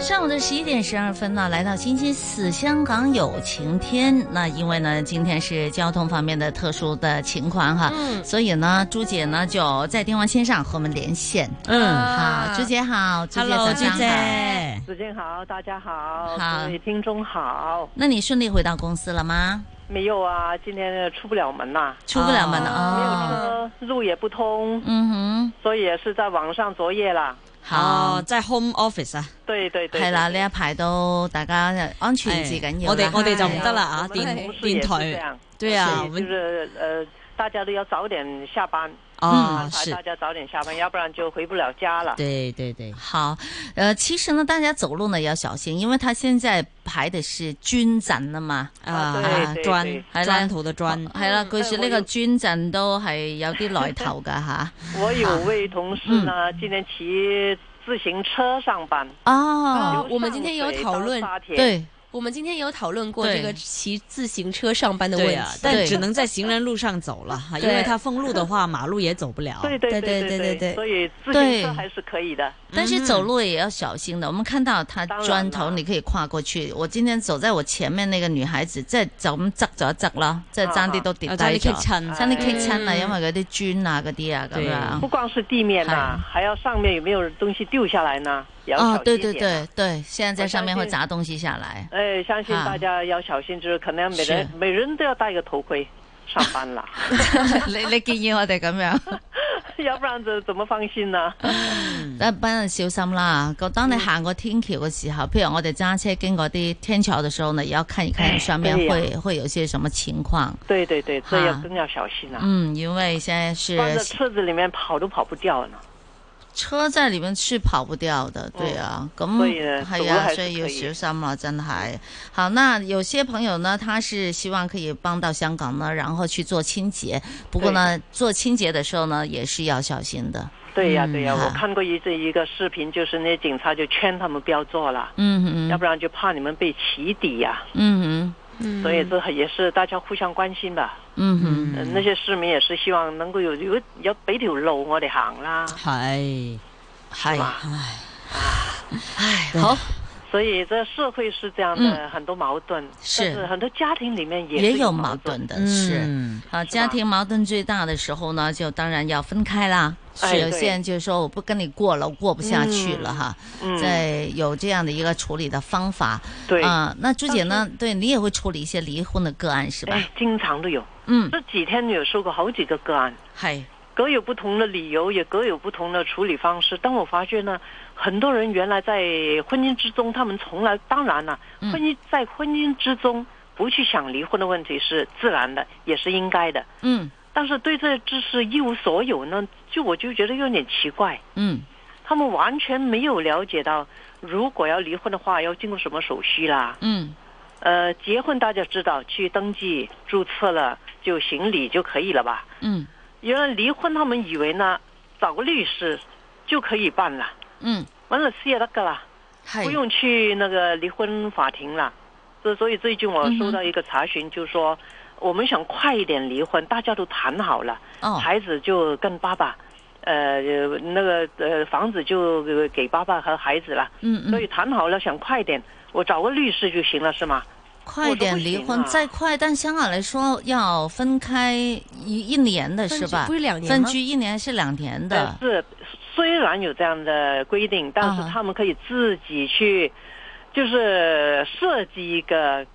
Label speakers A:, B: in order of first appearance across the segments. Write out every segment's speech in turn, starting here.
A: 上午的十一点十二分呢，来到星期四，香港有晴天。那因为呢，今天是交通方面的特殊的情况哈，
B: 嗯
A: 所以呢，朱姐呢就在电话线上和我们连线。
C: 嗯
A: 好，朱姐好，朱姐早
C: ，Hello，朱
A: 上好。
C: 姐，
B: 子健好，大家好，
A: 好
B: 各位听众好。
A: 那你顺利回到公司了吗？
B: 没有啊，今天出不了门呐、
A: 出不了门了
B: 没有
A: 哦。
B: 车，路也不通，
A: 嗯哼，
B: 所以也是在网上作业啦。
A: 好
C: 哦，，即系 home office 啊，
B: 对對對，
A: 系啦，呢一排都大家安全至緊
C: 係
A: 要
C: 我
A: 啦
C: 哋我哋就唔
B: 對
C: 得啦啊，
B: 哎我们同
C: 电
B: 事也
C: 电
B: 是这
C: 台，
B: 样，
C: 对啊，我
B: 所以就
C: 们
B: 是呃，大家都要早点下班，
C: 啊
B: 安排
C: 是
B: 大，家啊早点下班，要不然就回不了家了。
C: 对对对，
A: 好，呃，其实呢，大家走路呢要小心，因为他现在排的是捐赠啊嘛。
B: 啊
C: 啊
B: 對對
C: 砖
B: 對
A: 係啦
C: 砖头的砖，
A: 系啦，據
B: 嗯
A: 說
B: 誒
A: 呢
B: 我
A: 個
B: 要
A: 捐贈都係有啲來頭噶 吓。
B: 我有位同事呢，今天騎自行车上班，
A: 哦，
B: 由
D: 我们
B: 上
D: 今天有
B: 水
D: 讨
B: 到
D: 论
B: 沙田
A: 對，
D: 我们今天有讨论过
A: 对
D: 这个骑自行车上班的问
C: 对
D: 题，
C: 啊，
A: 对
C: 但只能在行人路上走了哈，因为它封路的话，马路也走不了，
B: 对对
D: 对
B: 对
D: 对
B: 对
D: 对对对
B: 所以自
A: 对
B: 行车还是可以的。
A: 但是走路也要小心的。我們看到他
B: 當然
A: 磚頭，
B: 啦
A: 你可以跨過去。我今天走在我前面那個女孩子，即係就咁側咗一側啦，即係爭啲都跌低
C: 啊，差啲棘
A: 咗，
C: 親，
A: 差啲棘親啊，
D: 嗯
A: 因為嗰啲磚啊嗰啲啊咁
B: 不
A: 樣。
B: 光是地面呐、还要上面有没有东西掉下来呢？也要小
A: 啊，
B: 心
A: 對
B: 一
A: 對
B: 点、
A: 對對，現在在
B: 我
A: 上面
B: 相
A: 會
B: 信
A: 砸東西下 來。
B: 哎，相信
A: 啊
B: 大家要小心，就是可能每人
A: 是
B: 每人都要戴一个头盔上 班啦，
A: 你你建議我哋咁樣？
B: 要不然这怎么放心呢？
A: 但不能小心
B: 嗯
A: 啦。個當你行過天橋嘅時候，譬如我哋揸車經過啲天橋嘅時候呢，也要看一看上面
B: 哎呀
A: 會會有些什麼情況。
B: 对对对，这要
A: 啊
B: 更要小心啊！
A: 嗯，因为现在是
B: 放在车子里面跑都跑不掉呢。
A: 车在里面是跑不掉的，对啊，
B: 哦所
A: 咁
B: 以呢
A: 系
B: 走路
A: 啊，
B: 还是
A: 所以要
B: 可以
A: 小心啦，真系。好，那有些朋友呢，他是希望可以帮到香港呢，然后去做清洁。不过呢，做清洁的时候呢，也是要小心的。
B: 对呀、
C: 嗯
B: 对呀、
A: 好
B: 我看过一这一个视频，就是那警察就劝他们不要做了，
A: 嗯
B: 要
A: 哼，
B: 不然就怕你们被起底呀、
A: 嗯
D: 嗯
B: 所以这也是大家互相关心吧。
A: 哼，嗯哼。
B: 呃那些市民也是希望能夠有有有俾條路我哋行啦，
C: 係
A: 系，
C: 啊
A: 唉，唉，
C: 對
A: 好，
B: 所以这社會是這樣的，很多矛盾，
A: 嗯是
B: 但是很多家庭裡面也是
A: 也有矛
B: 矛
A: 盾，的，是。
C: 嗯
A: 好，
B: 吧
A: 家庭矛盾最大的时候呢，就当然要分开啦。
B: 哎
A: 有些
B: 对
A: 人就说我不跟你过了，我过不下去了
B: 嗯
A: 哈。
B: 嗯，
A: 在有这样的一个处理的方法。
B: 对，嗯
A: 啊、那朱姐呢？对你也会处理一些离婚的个案是吧？
B: 哎，經常都有，
A: 嗯，
B: 這幾天有收過好幾個個案，
A: 系，
B: 各有不同的理由，也各有不同的處理方式。但我發覺呢，很多人原來在婚姻之中，他們從來當然了，
A: 嗯
B: 婚姻在婚姻之中不去想離婚的問題是自然的，也是應該的。
A: 嗯
B: 但是对这知识一无所有呢，就我就觉得有点奇怪，
A: 嗯
B: 他们完全没有了解到，如果要离婚的话，要经过什么手续啦。
A: 嗯
B: 呃，结婚大家知道，去登记注册了就行礼就可以了吧？
A: 嗯
B: 原来离婚他们以为呢，找个律师就可以办了，
A: 嗯，
B: 完了事业那个了，
A: 系、
B: 不用去那个离婚法庭了。所所以最近我收到一个查询，就说、我们想快一点离婚，大家都谈好了。
A: 哦，
B: 孩子就跟爸爸，呃，那个呃房子就呃给爸爸和孩子了，
A: 嗯
B: 所
A: 嗯，
B: 以谈好了想快点，我找个律师就行了，是吗？
A: 快点离
B: 我说
A: 婚，
B: 不行啊
A: 再快，但香港来说要分开一一年的是吧
D: 不？是两年
A: 分
D: 吗？
A: 居一年是两年的
B: 但，是虽然有这样的规定，但是
A: 啊
B: 他们可以自己去，就是设计一个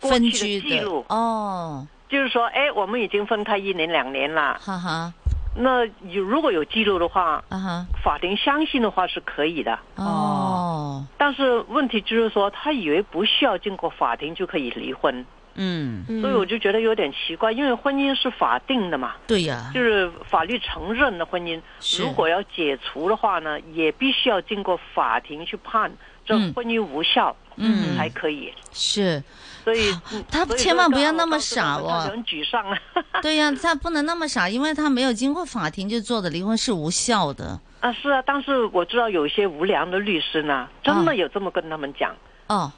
B: 过
A: 分
B: 去
A: 居
B: 的记
A: 的
B: 录，
A: 哦，
B: 就是说，哎，我们已经分开一年两年了，
A: 哈哈
B: 那有如果有记录的话，
A: 啊哈，
B: 法庭相信的话是可以的。
A: 哦，
B: 但是问题就是说，他以为不需要经过法庭就可以离婚，
C: 嗯
D: 嗯
B: 所以我就觉得有点奇怪，因为婚姻是法定的嘛，
A: 对呀、
B: 就是法律承认的婚姻，
A: 嗯是
B: 如果要解除的话呢，也必须要经过法庭去判这
A: 嗯
B: 婚姻无效
A: 嗯
B: 才可以。
A: 是，
B: 所以嗯
A: 他
B: 所以
A: 千万不要
B: 说
A: 那么
B: 当时我
A: 傻
B: 们
A: 哦
B: 很沮丧啊！
A: 对呀、他不能那么傻，因为他没有经过法庭就做的离婚是无效的。
B: 啊，是啊，但是我知道有一些无良的律师
A: 啊
B: 呢，真的有这么跟他们讲，
A: 哦，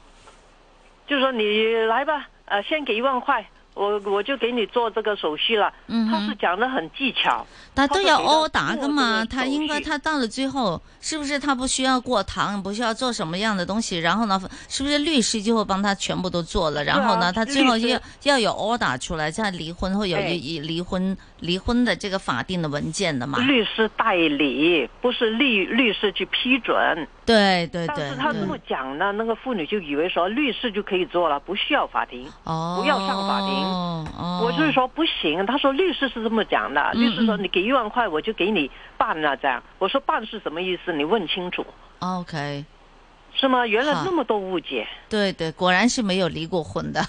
B: 就说你来吧，呃，先给一万块，我我就给你做这个手续了。
A: 嗯
B: 他是
A: 哼，
B: 讲的很技巧，
A: 他都要
B: 他是给他
A: 殴打
B: 做
A: 的
B: 这
A: 嘛，
B: 个
A: 他
B: 手
A: 应该
B: 续
A: 他到了最后，是不是他不需要过堂，不需要做什么样的东西？然后呢，是不是律师就会帮他全部都做了？然后呢，
B: 啊
A: 他
B: 律
A: 最后
B: 师
A: 要要有殴打出来，再离婚会有
B: 对
A: 一离婚离婚的这个法定的文件的嘛？
B: 律师代理不是律律师去批准，
A: 对对
B: 但
A: 对
B: 是，他这么
A: 对
B: 讲呢，那个妇女就以为
A: 嗯
B: 说律师就可以做了，不需要法庭。
A: 哦，
B: 不要上法庭
A: 哦，
B: 我就是说不行，他说律师是这么讲的，
A: 嗯
B: 律师说
A: 嗯
B: 你给一万块我就给你办了这样。我说办是什么意思？你问清楚
A: 哦，OK，
B: 是吗？原来
A: 好
B: 那么多误解，
A: 对对，果然是没有离过婚的。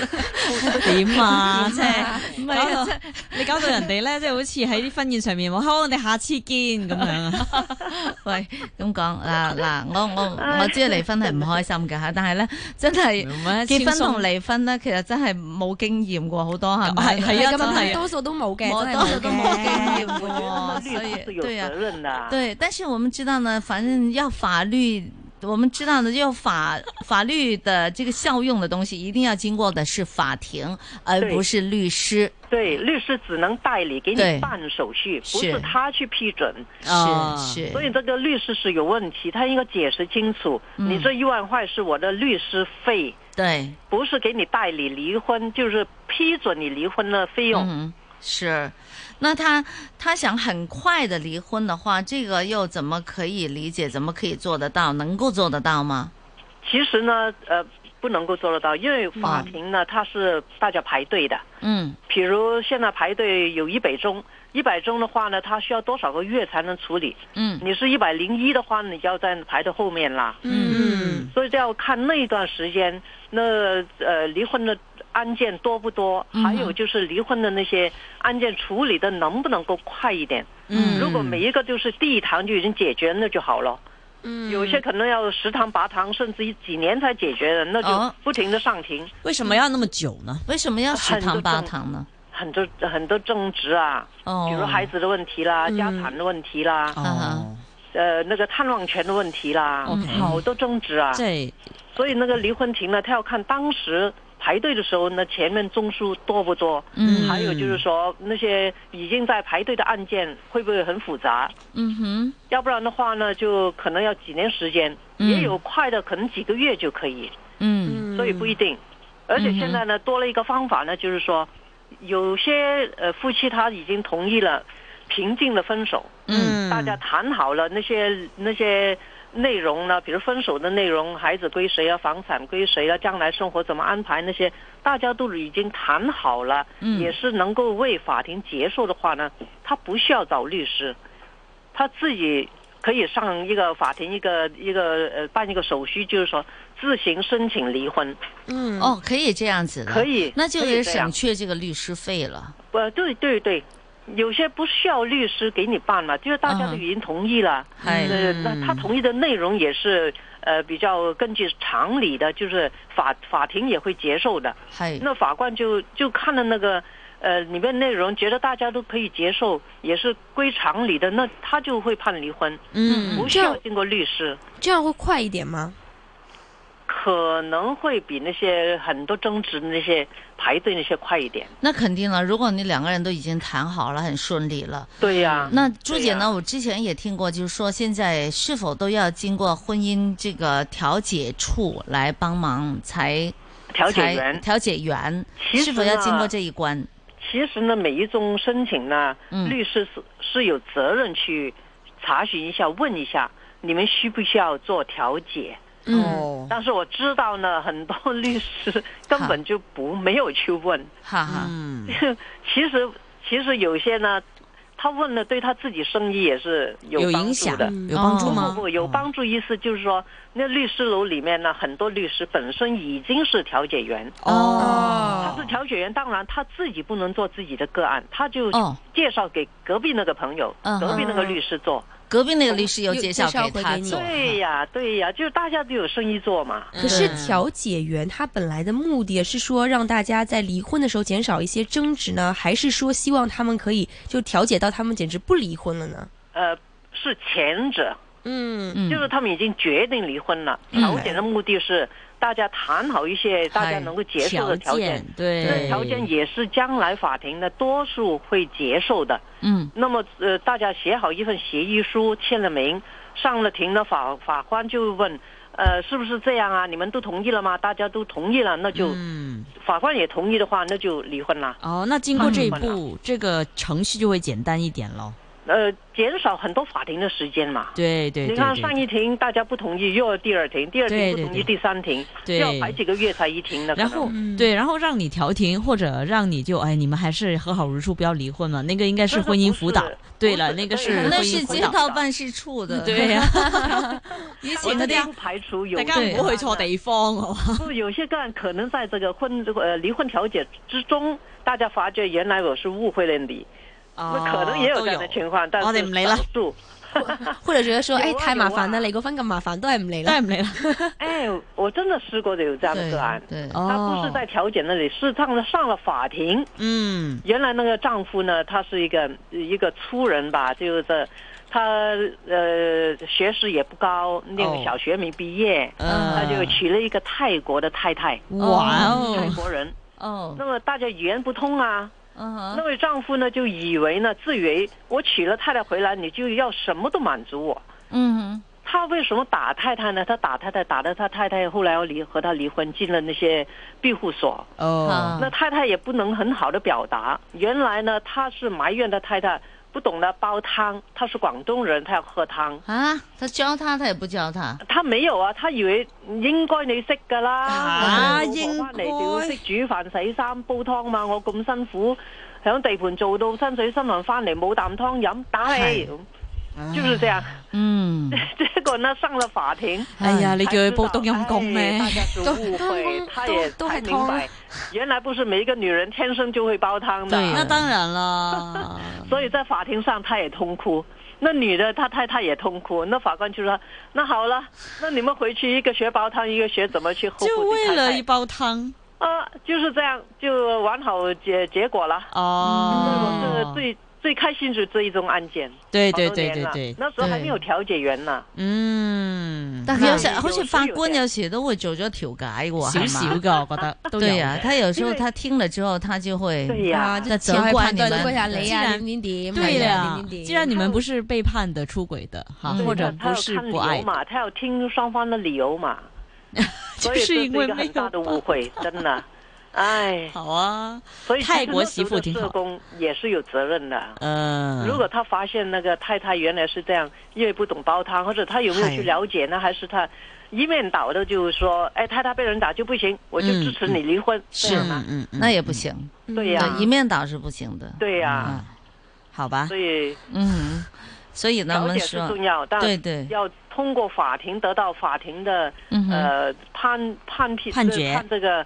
C: 點啊？ 即係唔係啊即係 你搞到人哋咧，即係好似喺啲婚宴上面話，好，我哋下次見咁樣啊。
A: 喂，咁講嗱嗱，我我我知道離婚係唔開心嘅吓，但係咧真係
C: 唔係
A: 結婚
C: 輕鬆
A: 同離婚咧，其實真係冇經驗過好多係咪？
C: 係係啊
D: 咁
C: 真係啊
D: 多數都冇嘅，
A: 我
D: 真係
A: 多數都冇經驗
D: 嘅
A: 過，
B: 律
A: 所
B: 师是
A: 以
B: 有
A: 對啊
B: 责，任的。
A: 對，但是我們知道呢，反正要法律。我們知道呢，要法法律的這個效用的東西，一定要經過的是法庭，而
B: 對
A: 不是律師。
B: 对，律师只能代理给
A: 对
B: 你办手续，不
A: 是
B: 是他去批准。
C: 啊
A: 是
B: 所
A: 是，
B: 以这个律师是有问题，他应该解释清楚。
A: 嗯
B: 你这一万块是我的律师费，
A: 对，
B: 不是给你代理离婚，就是批准你离婚的费用。
A: 嗯，是。那他他想很快的离婚的话，这个又怎么可以理解？怎么可以做得到？能够做得到吗？
B: 其实呢，呃，不能够做得到，因为法庭呢，它是大家排队的。
A: 嗯，
B: 比如现在排队有一百宗，一百宗的话呢，它需要多少个月才能处理？
A: 嗯
B: 你是一百零一的话，你就要在排到后面啦。
C: 嗯，
B: 所以就要看那一段时间，那呃离婚的案件多不多，
A: 嗯哼
B: 还有就是离婚的那些案件处理的能不能够快一点。
A: 嗯
B: 如果每一个就是第一堂就已经解决，那就好了。
D: 嗯
B: 有些可能要十堂八堂，甚至几年才解决的，那
A: 哦
B: 就不停的上庭，
C: 為什麼要那麼久呢？
A: 为什么要十
B: 很多
A: 堂八
B: 种
A: 堂呢？
B: 很多很多争执啊，
A: 哦，
B: 比如孩子的问题啦、
D: 嗯
B: 家产的问题啦、
A: 哦，
B: 呃那个探望权的问题啦
C: OK
B: 嗯好多争执啊。
C: 即係
B: 所以那个离婚庭呢，他要看当时排队的时候呢，前面宗数多不多，
A: 嗯
B: 还有就是说那些已经在排队的案件会不会很复杂？
A: 嗯哼，
B: 要不然的话呢，就可能要几年时间，
A: 嗯
B: 也有快的，可能几个月就可以，
A: 嗯
B: 所以不一定。而且现在呢，多了一个方法呢，就是说，有些呃夫妻他已经同意了平静的分手，
A: 嗯
B: 大家谈好了那些那些内容呢，比如分手的内容、孩子归谁啊、房产归谁啊、将来生活怎么安排那些，大家都已经谈好了，
A: 嗯
B: 也是能够为法庭结束的话呢，他不需要找律师，他自己。可以上一个法庭，一个一个呃办一个手续，就是说自行申请离婚，
D: 嗯
A: 哦，可以这样子的，
B: 可以
A: 那就
B: 可以
A: 是
B: 这
A: 省
B: 样
A: 去这个律师费了。
B: 呃，对对对，有些不需要律师给你办了，就是大家
A: 嗯
B: 都已经同意了。
A: 哎
B: 呃，那他同意的内容也是呃比较根据常理的，就是法法庭也会接受的。
A: 还
B: 那法官就就看了那个呃里面内容，觉得大家都可以接受，也是归常理的，那他就会判离婚，
C: 嗯
B: 不需要经过律师。
D: 这样会快一点吗？
B: 可能会比那些很多争执的那些排队那些快一点。
A: 那肯定了，如果你两个人都已经谈好了，很顺利了。
B: 对呀、
A: 那朱姐
B: 对
A: 呢？
B: 呀
A: 我之前也听过，就是说现在是否都要经过婚姻这个调解处来帮忙才
B: 调解
A: 才
B: 员
A: 调解员
B: 其实啊
A: 是否要经过
B: 呢
A: 这一关？
B: 其实呢，每一宗申请呢，
A: 嗯
B: 律师是是有责任去查询一下、问一下，你们需不需要做调解？
D: 嗯，
C: 哦
B: 但是我知道呢，很多 律师根本就不没有去问。
A: 哈哈，
C: 嗯，
B: 啊其实，其实有些呢，他问了，对他自己生意也是有
C: 有
B: 帮
C: 影
B: 助
C: 響
B: 的。
C: 有幫助
A: 哦
B: 不
C: 嗎？
B: 不，有帮助意思就是说，那律师楼里面呢，很多律师本身已经是调解员，
C: 哦，
B: 他是调解员，当然他自己不能做自己的个案，他就
A: 哦
B: 介绍给隔壁那个朋友、
A: 嗯哼
B: 隔壁那个律师做。
A: 隔壁那个律师又
D: 又
A: 介绍
D: 介绍
A: 给
D: 回
A: 他
D: 给你
A: 做，
B: 对呀、对呀、就是大家都有生意做嘛。
D: 可是调解员他本来的目的是说让大家在离婚的时候减少一些争执呢，还是说希望他们可以就调解到他们简直不离婚了呢？
B: 呃，是前者，
D: 嗯，
A: 嗯，
B: 就是他们已经决定离婚了。调解的目的是大家谈好一些大家能够接受的条件
C: 哎件，，对
A: 对
B: 条件也是将来法庭呢多数会接受的。
A: 嗯
B: 那么呃，大家写好一份协议书，签了名，上了庭的法法官就问，呃，是不是这样啊？你们都同意了吗？大家都同意了，那就、
C: 嗯，
B: 法官也同意的话，那就离婚啦。
C: 哦，那经过这一
B: 他们
C: 步，这个程序就会简单一点咯。
B: 呃，减少很多法庭的时间嘛。
C: 对对
B: 你
C: 对
B: 看
C: 对
B: 上一庭大家不同意，又要第二庭，第二
C: 对
B: 庭
C: 对
B: 不同意，
C: 对
B: 第三庭，
C: 对
B: 要排几个月才一庭呢。
C: 然
B: 可能
C: 后、
D: 嗯
C: 对，然后让你调停，或者让你就哎，你们还是和好如初，不要离婚了。那个应该是婚姻辅导
B: 不是不。
C: 对了，
B: 不是
C: 那个是
B: 对
C: 婚
A: 那
C: 姻
A: 是
C: 辅
A: 街
C: 导。
A: 道办事处
B: 嗯
A: 的，
C: 对呀、
A: 以
B: 我
A: 前
B: 们
A: 嗰
B: 不
A: 啲
B: 排除 有
C: 大家唔好去錯地方 喎。
B: 不，有些个案可能在这个婚呃离婚调解之中，大家发觉原来我是误会了你，
A: 哦
B: 那可能也有这样的情况，但是
C: 我哋唔理啦
B: 少数。
D: 或者觉得说，
B: 有啊
D: 哎，太麻烦了，
B: 有啊
D: 离个婚咁麻烦，都系唔离
C: 哦都
D: 啦。
C: 係唔理啦。
B: 哎，我真的试过的有这样的个案
A: 对，对，
B: 她不是在调解那里，是上了上了法庭。
C: 哦嗯
B: 原来那个丈夫呢，他是一个呃一个粗人吧，就是他呃学识也不高，那
C: 哦
B: 个小学没毕业，
C: 呃
A: 哦
B: 他就娶了一个泰国的太太，
C: 哇
B: 泰
C: 哦
B: 国人。
A: 哦，
B: 那么大家语言不通啊，
A: 嗯
B: 那
A: 哼，
B: 位丈夫呢，就以为呢，自以为我娶了太太回来，你就要什么都满足我。
A: 嗯哼，
B: 他为什么打太太呢？他打太太，打的他太太后来要离和他离婚，进了那些庇护所。
C: 哦
A: 啊
B: 那太太也不能很好的表达。原来呢，他是埋怨他太太不懂得煲汤，他是广东人，他要喝汤。
A: 啊，他教他，他也不教他，
B: 他没有啊，他以為應該你識㗎啦，
C: 啊
B: 我哋老婆翻
C: 應該
B: 嚟就要識煮飯、洗衫、煲湯嘛。我咁辛苦響地盤做到薪水新闻翻嚟冇啖湯飲，打你，就是這樣。
A: 嗯，
B: 結果呢，上了法庭，
C: 哎呀，你叫佢報
B: 才
C: 冬
B: 知道
C: 陰功咩
B: 哎？ 大家是誤
D: 冬陰
B: 會，
D: 功
B: 他
D: 都
B: 也
D: 都
B: 才
D: 係
B: 明
C: 啊
B: 白，原來不是每一個女人天生就會煲湯的。
C: 那當然啦。
B: 所以在法庭上他也痛哭。那女的她太太也痛哭，那法官就说：“那好了，那你们回去一个学煲汤，一个学怎么去呵 护
C: 就
B: 你
C: 為
B: 太
C: 了
B: 太
C: 一煲湯
B: 啊，就是这样，就完好结结果了。
C: 哦
B: 这，最最开心是这一宗案件，
C: 對
B: 好多
C: 對對
B: 年
C: 對
B: 了
C: 對，
B: 那时候还没有调解员呢，
C: 嗯，
A: 但佢有時
B: 那
A: 好似
B: 有時
A: 法
B: 有
A: 官
B: 啲
A: 有時都會做咗調解嘅喎，係
C: 少
A: 嘛
C: 少㗎，我覺 得都有
A: 對呀、
C: 嘅
A: 他有時候
B: 因為
A: 他聽了之後，他就會
B: 对呀、
D: 啊，就
A: 那
D: 只
A: 责
D: 要
A: 怪
D: 判断
A: 你们
D: 过下你
C: 既
D: 啊，
C: 然
D: 点点点，
C: 对
D: 呀、
C: 呀
D: 點點，點
C: 既然你们不是背叛的、出轨的哈，
A: 嗯
C: 或者啊不
B: 他要
C: 是
B: 看理
C: 不爱
B: 由
C: 的，
B: 嘛，他要听双方的理由嘛，
C: 就
B: 所以
C: 是
B: 这是
C: 因为
B: 一个
C: 没
B: 很大
C: 有
B: 的误会，真的，哎，
C: 好啊，
B: 所以其实
C: 泰国媳妇
B: 那时
C: 挺
B: 候的
C: 好
B: 社工也是有责任的。
C: 嗯，
B: 如果他发现那个太太原来是这样，因为不懂煲汤，或者他有没有去了解呢？还是他一面倒的就是说，哎，太太被人打就不行，我就支持你离婚，这
C: 是
B: 样吗？
C: 嗯嗯，
A: 那也不行，
B: 对呀、
A: 对，一面倒是不行的，
B: 对呀、
C: 好吧，
B: 所以
A: 嗯，所以呢，我
B: 调
A: 们
B: 解是
A: 说，
B: 重要，但
A: 对对，
B: 要通过法庭得到法庭的、
A: 嗯哼，
B: 呃判判批
C: 判决
B: 判这个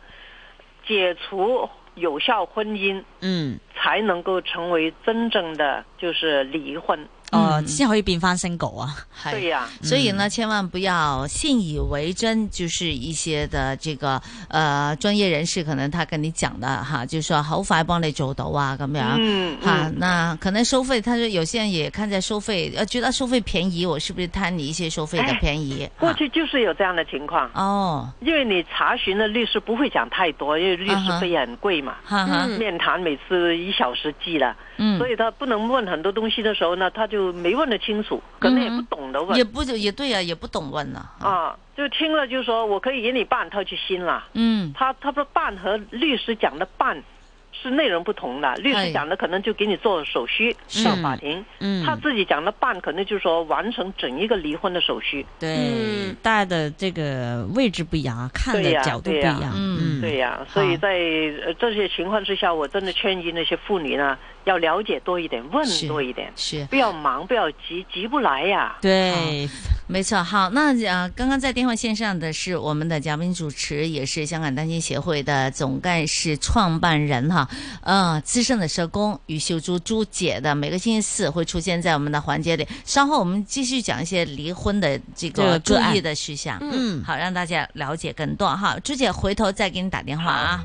B: 解除有效婚姻，
C: 嗯，
B: 才能够成为真正的就是离婚。
C: 哦，
A: 嗯
C: 先可以变翻 single 啊，
A: 係
B: 对呀、嗯
A: 所以呢，千万不要信以为真，就是一些的这个呃专业人士可能他跟你讲的哈，就说好快帮你做到啊咁样。
B: 嗯，
A: 哈，
B: 嗯
A: 那可能收费，他说有些人也看在收费，呃，觉得收费便宜，我是不是贪你一些收费的
B: 哎
A: 便宜？
B: 过
A: 哈
B: 去就是有这样的情况。
A: 哦，
B: 因为你查询的律师不会讲太多，因为律
A: 啊哈
B: 师费也很贵嘛。
A: 哈哈，
D: 嗯
B: 面谈每次一小时计了，
A: 嗯，
B: 所以他不能问很多东西的时候呢，他就没问得清楚，可能也不懂得
C: 嗯
B: 问、
A: 也不也对呀、也不懂问呢、啊。
B: 啊，就听了就说我可以给你办，他就信了。
A: 嗯，
B: 他他说办和律师讲的办是内容不同的，律
A: 哎
B: 师讲的可能就给你做手续
C: 是
B: 上法庭，
C: 嗯，
B: 他自己讲的办可能就是说完成整一个离婚的手续。
C: 对
D: 嗯
C: 大家的这个位置不一样啊，看的
B: 对呀
C: 角度不一
B: 对呀
C: 样，
A: 嗯
C: 嗯，
B: 对呀、所以在呃这些情况之下，我真的劝诫那些妇女呢，要了解多一点，问
A: 是
B: 多一点，
A: 是
B: 不要忙，不要急，急不来呀、
C: 对，
A: 没错，好，那呃，刚刚在电话线上的是我们的嘉宾主持，也是香港单亲协会的总干事、创办人哈，呃，资深的社工于秀珠朱姐的，每个星期四会出现在我们的环节里。稍后我们继续讲一些离婚的这个
C: 这
A: 注
C: 个个案
A: 意的事项，
D: 嗯
C: 嗯，
A: 好，让大家了解更多哈。朱姐回头再给你打电话啊。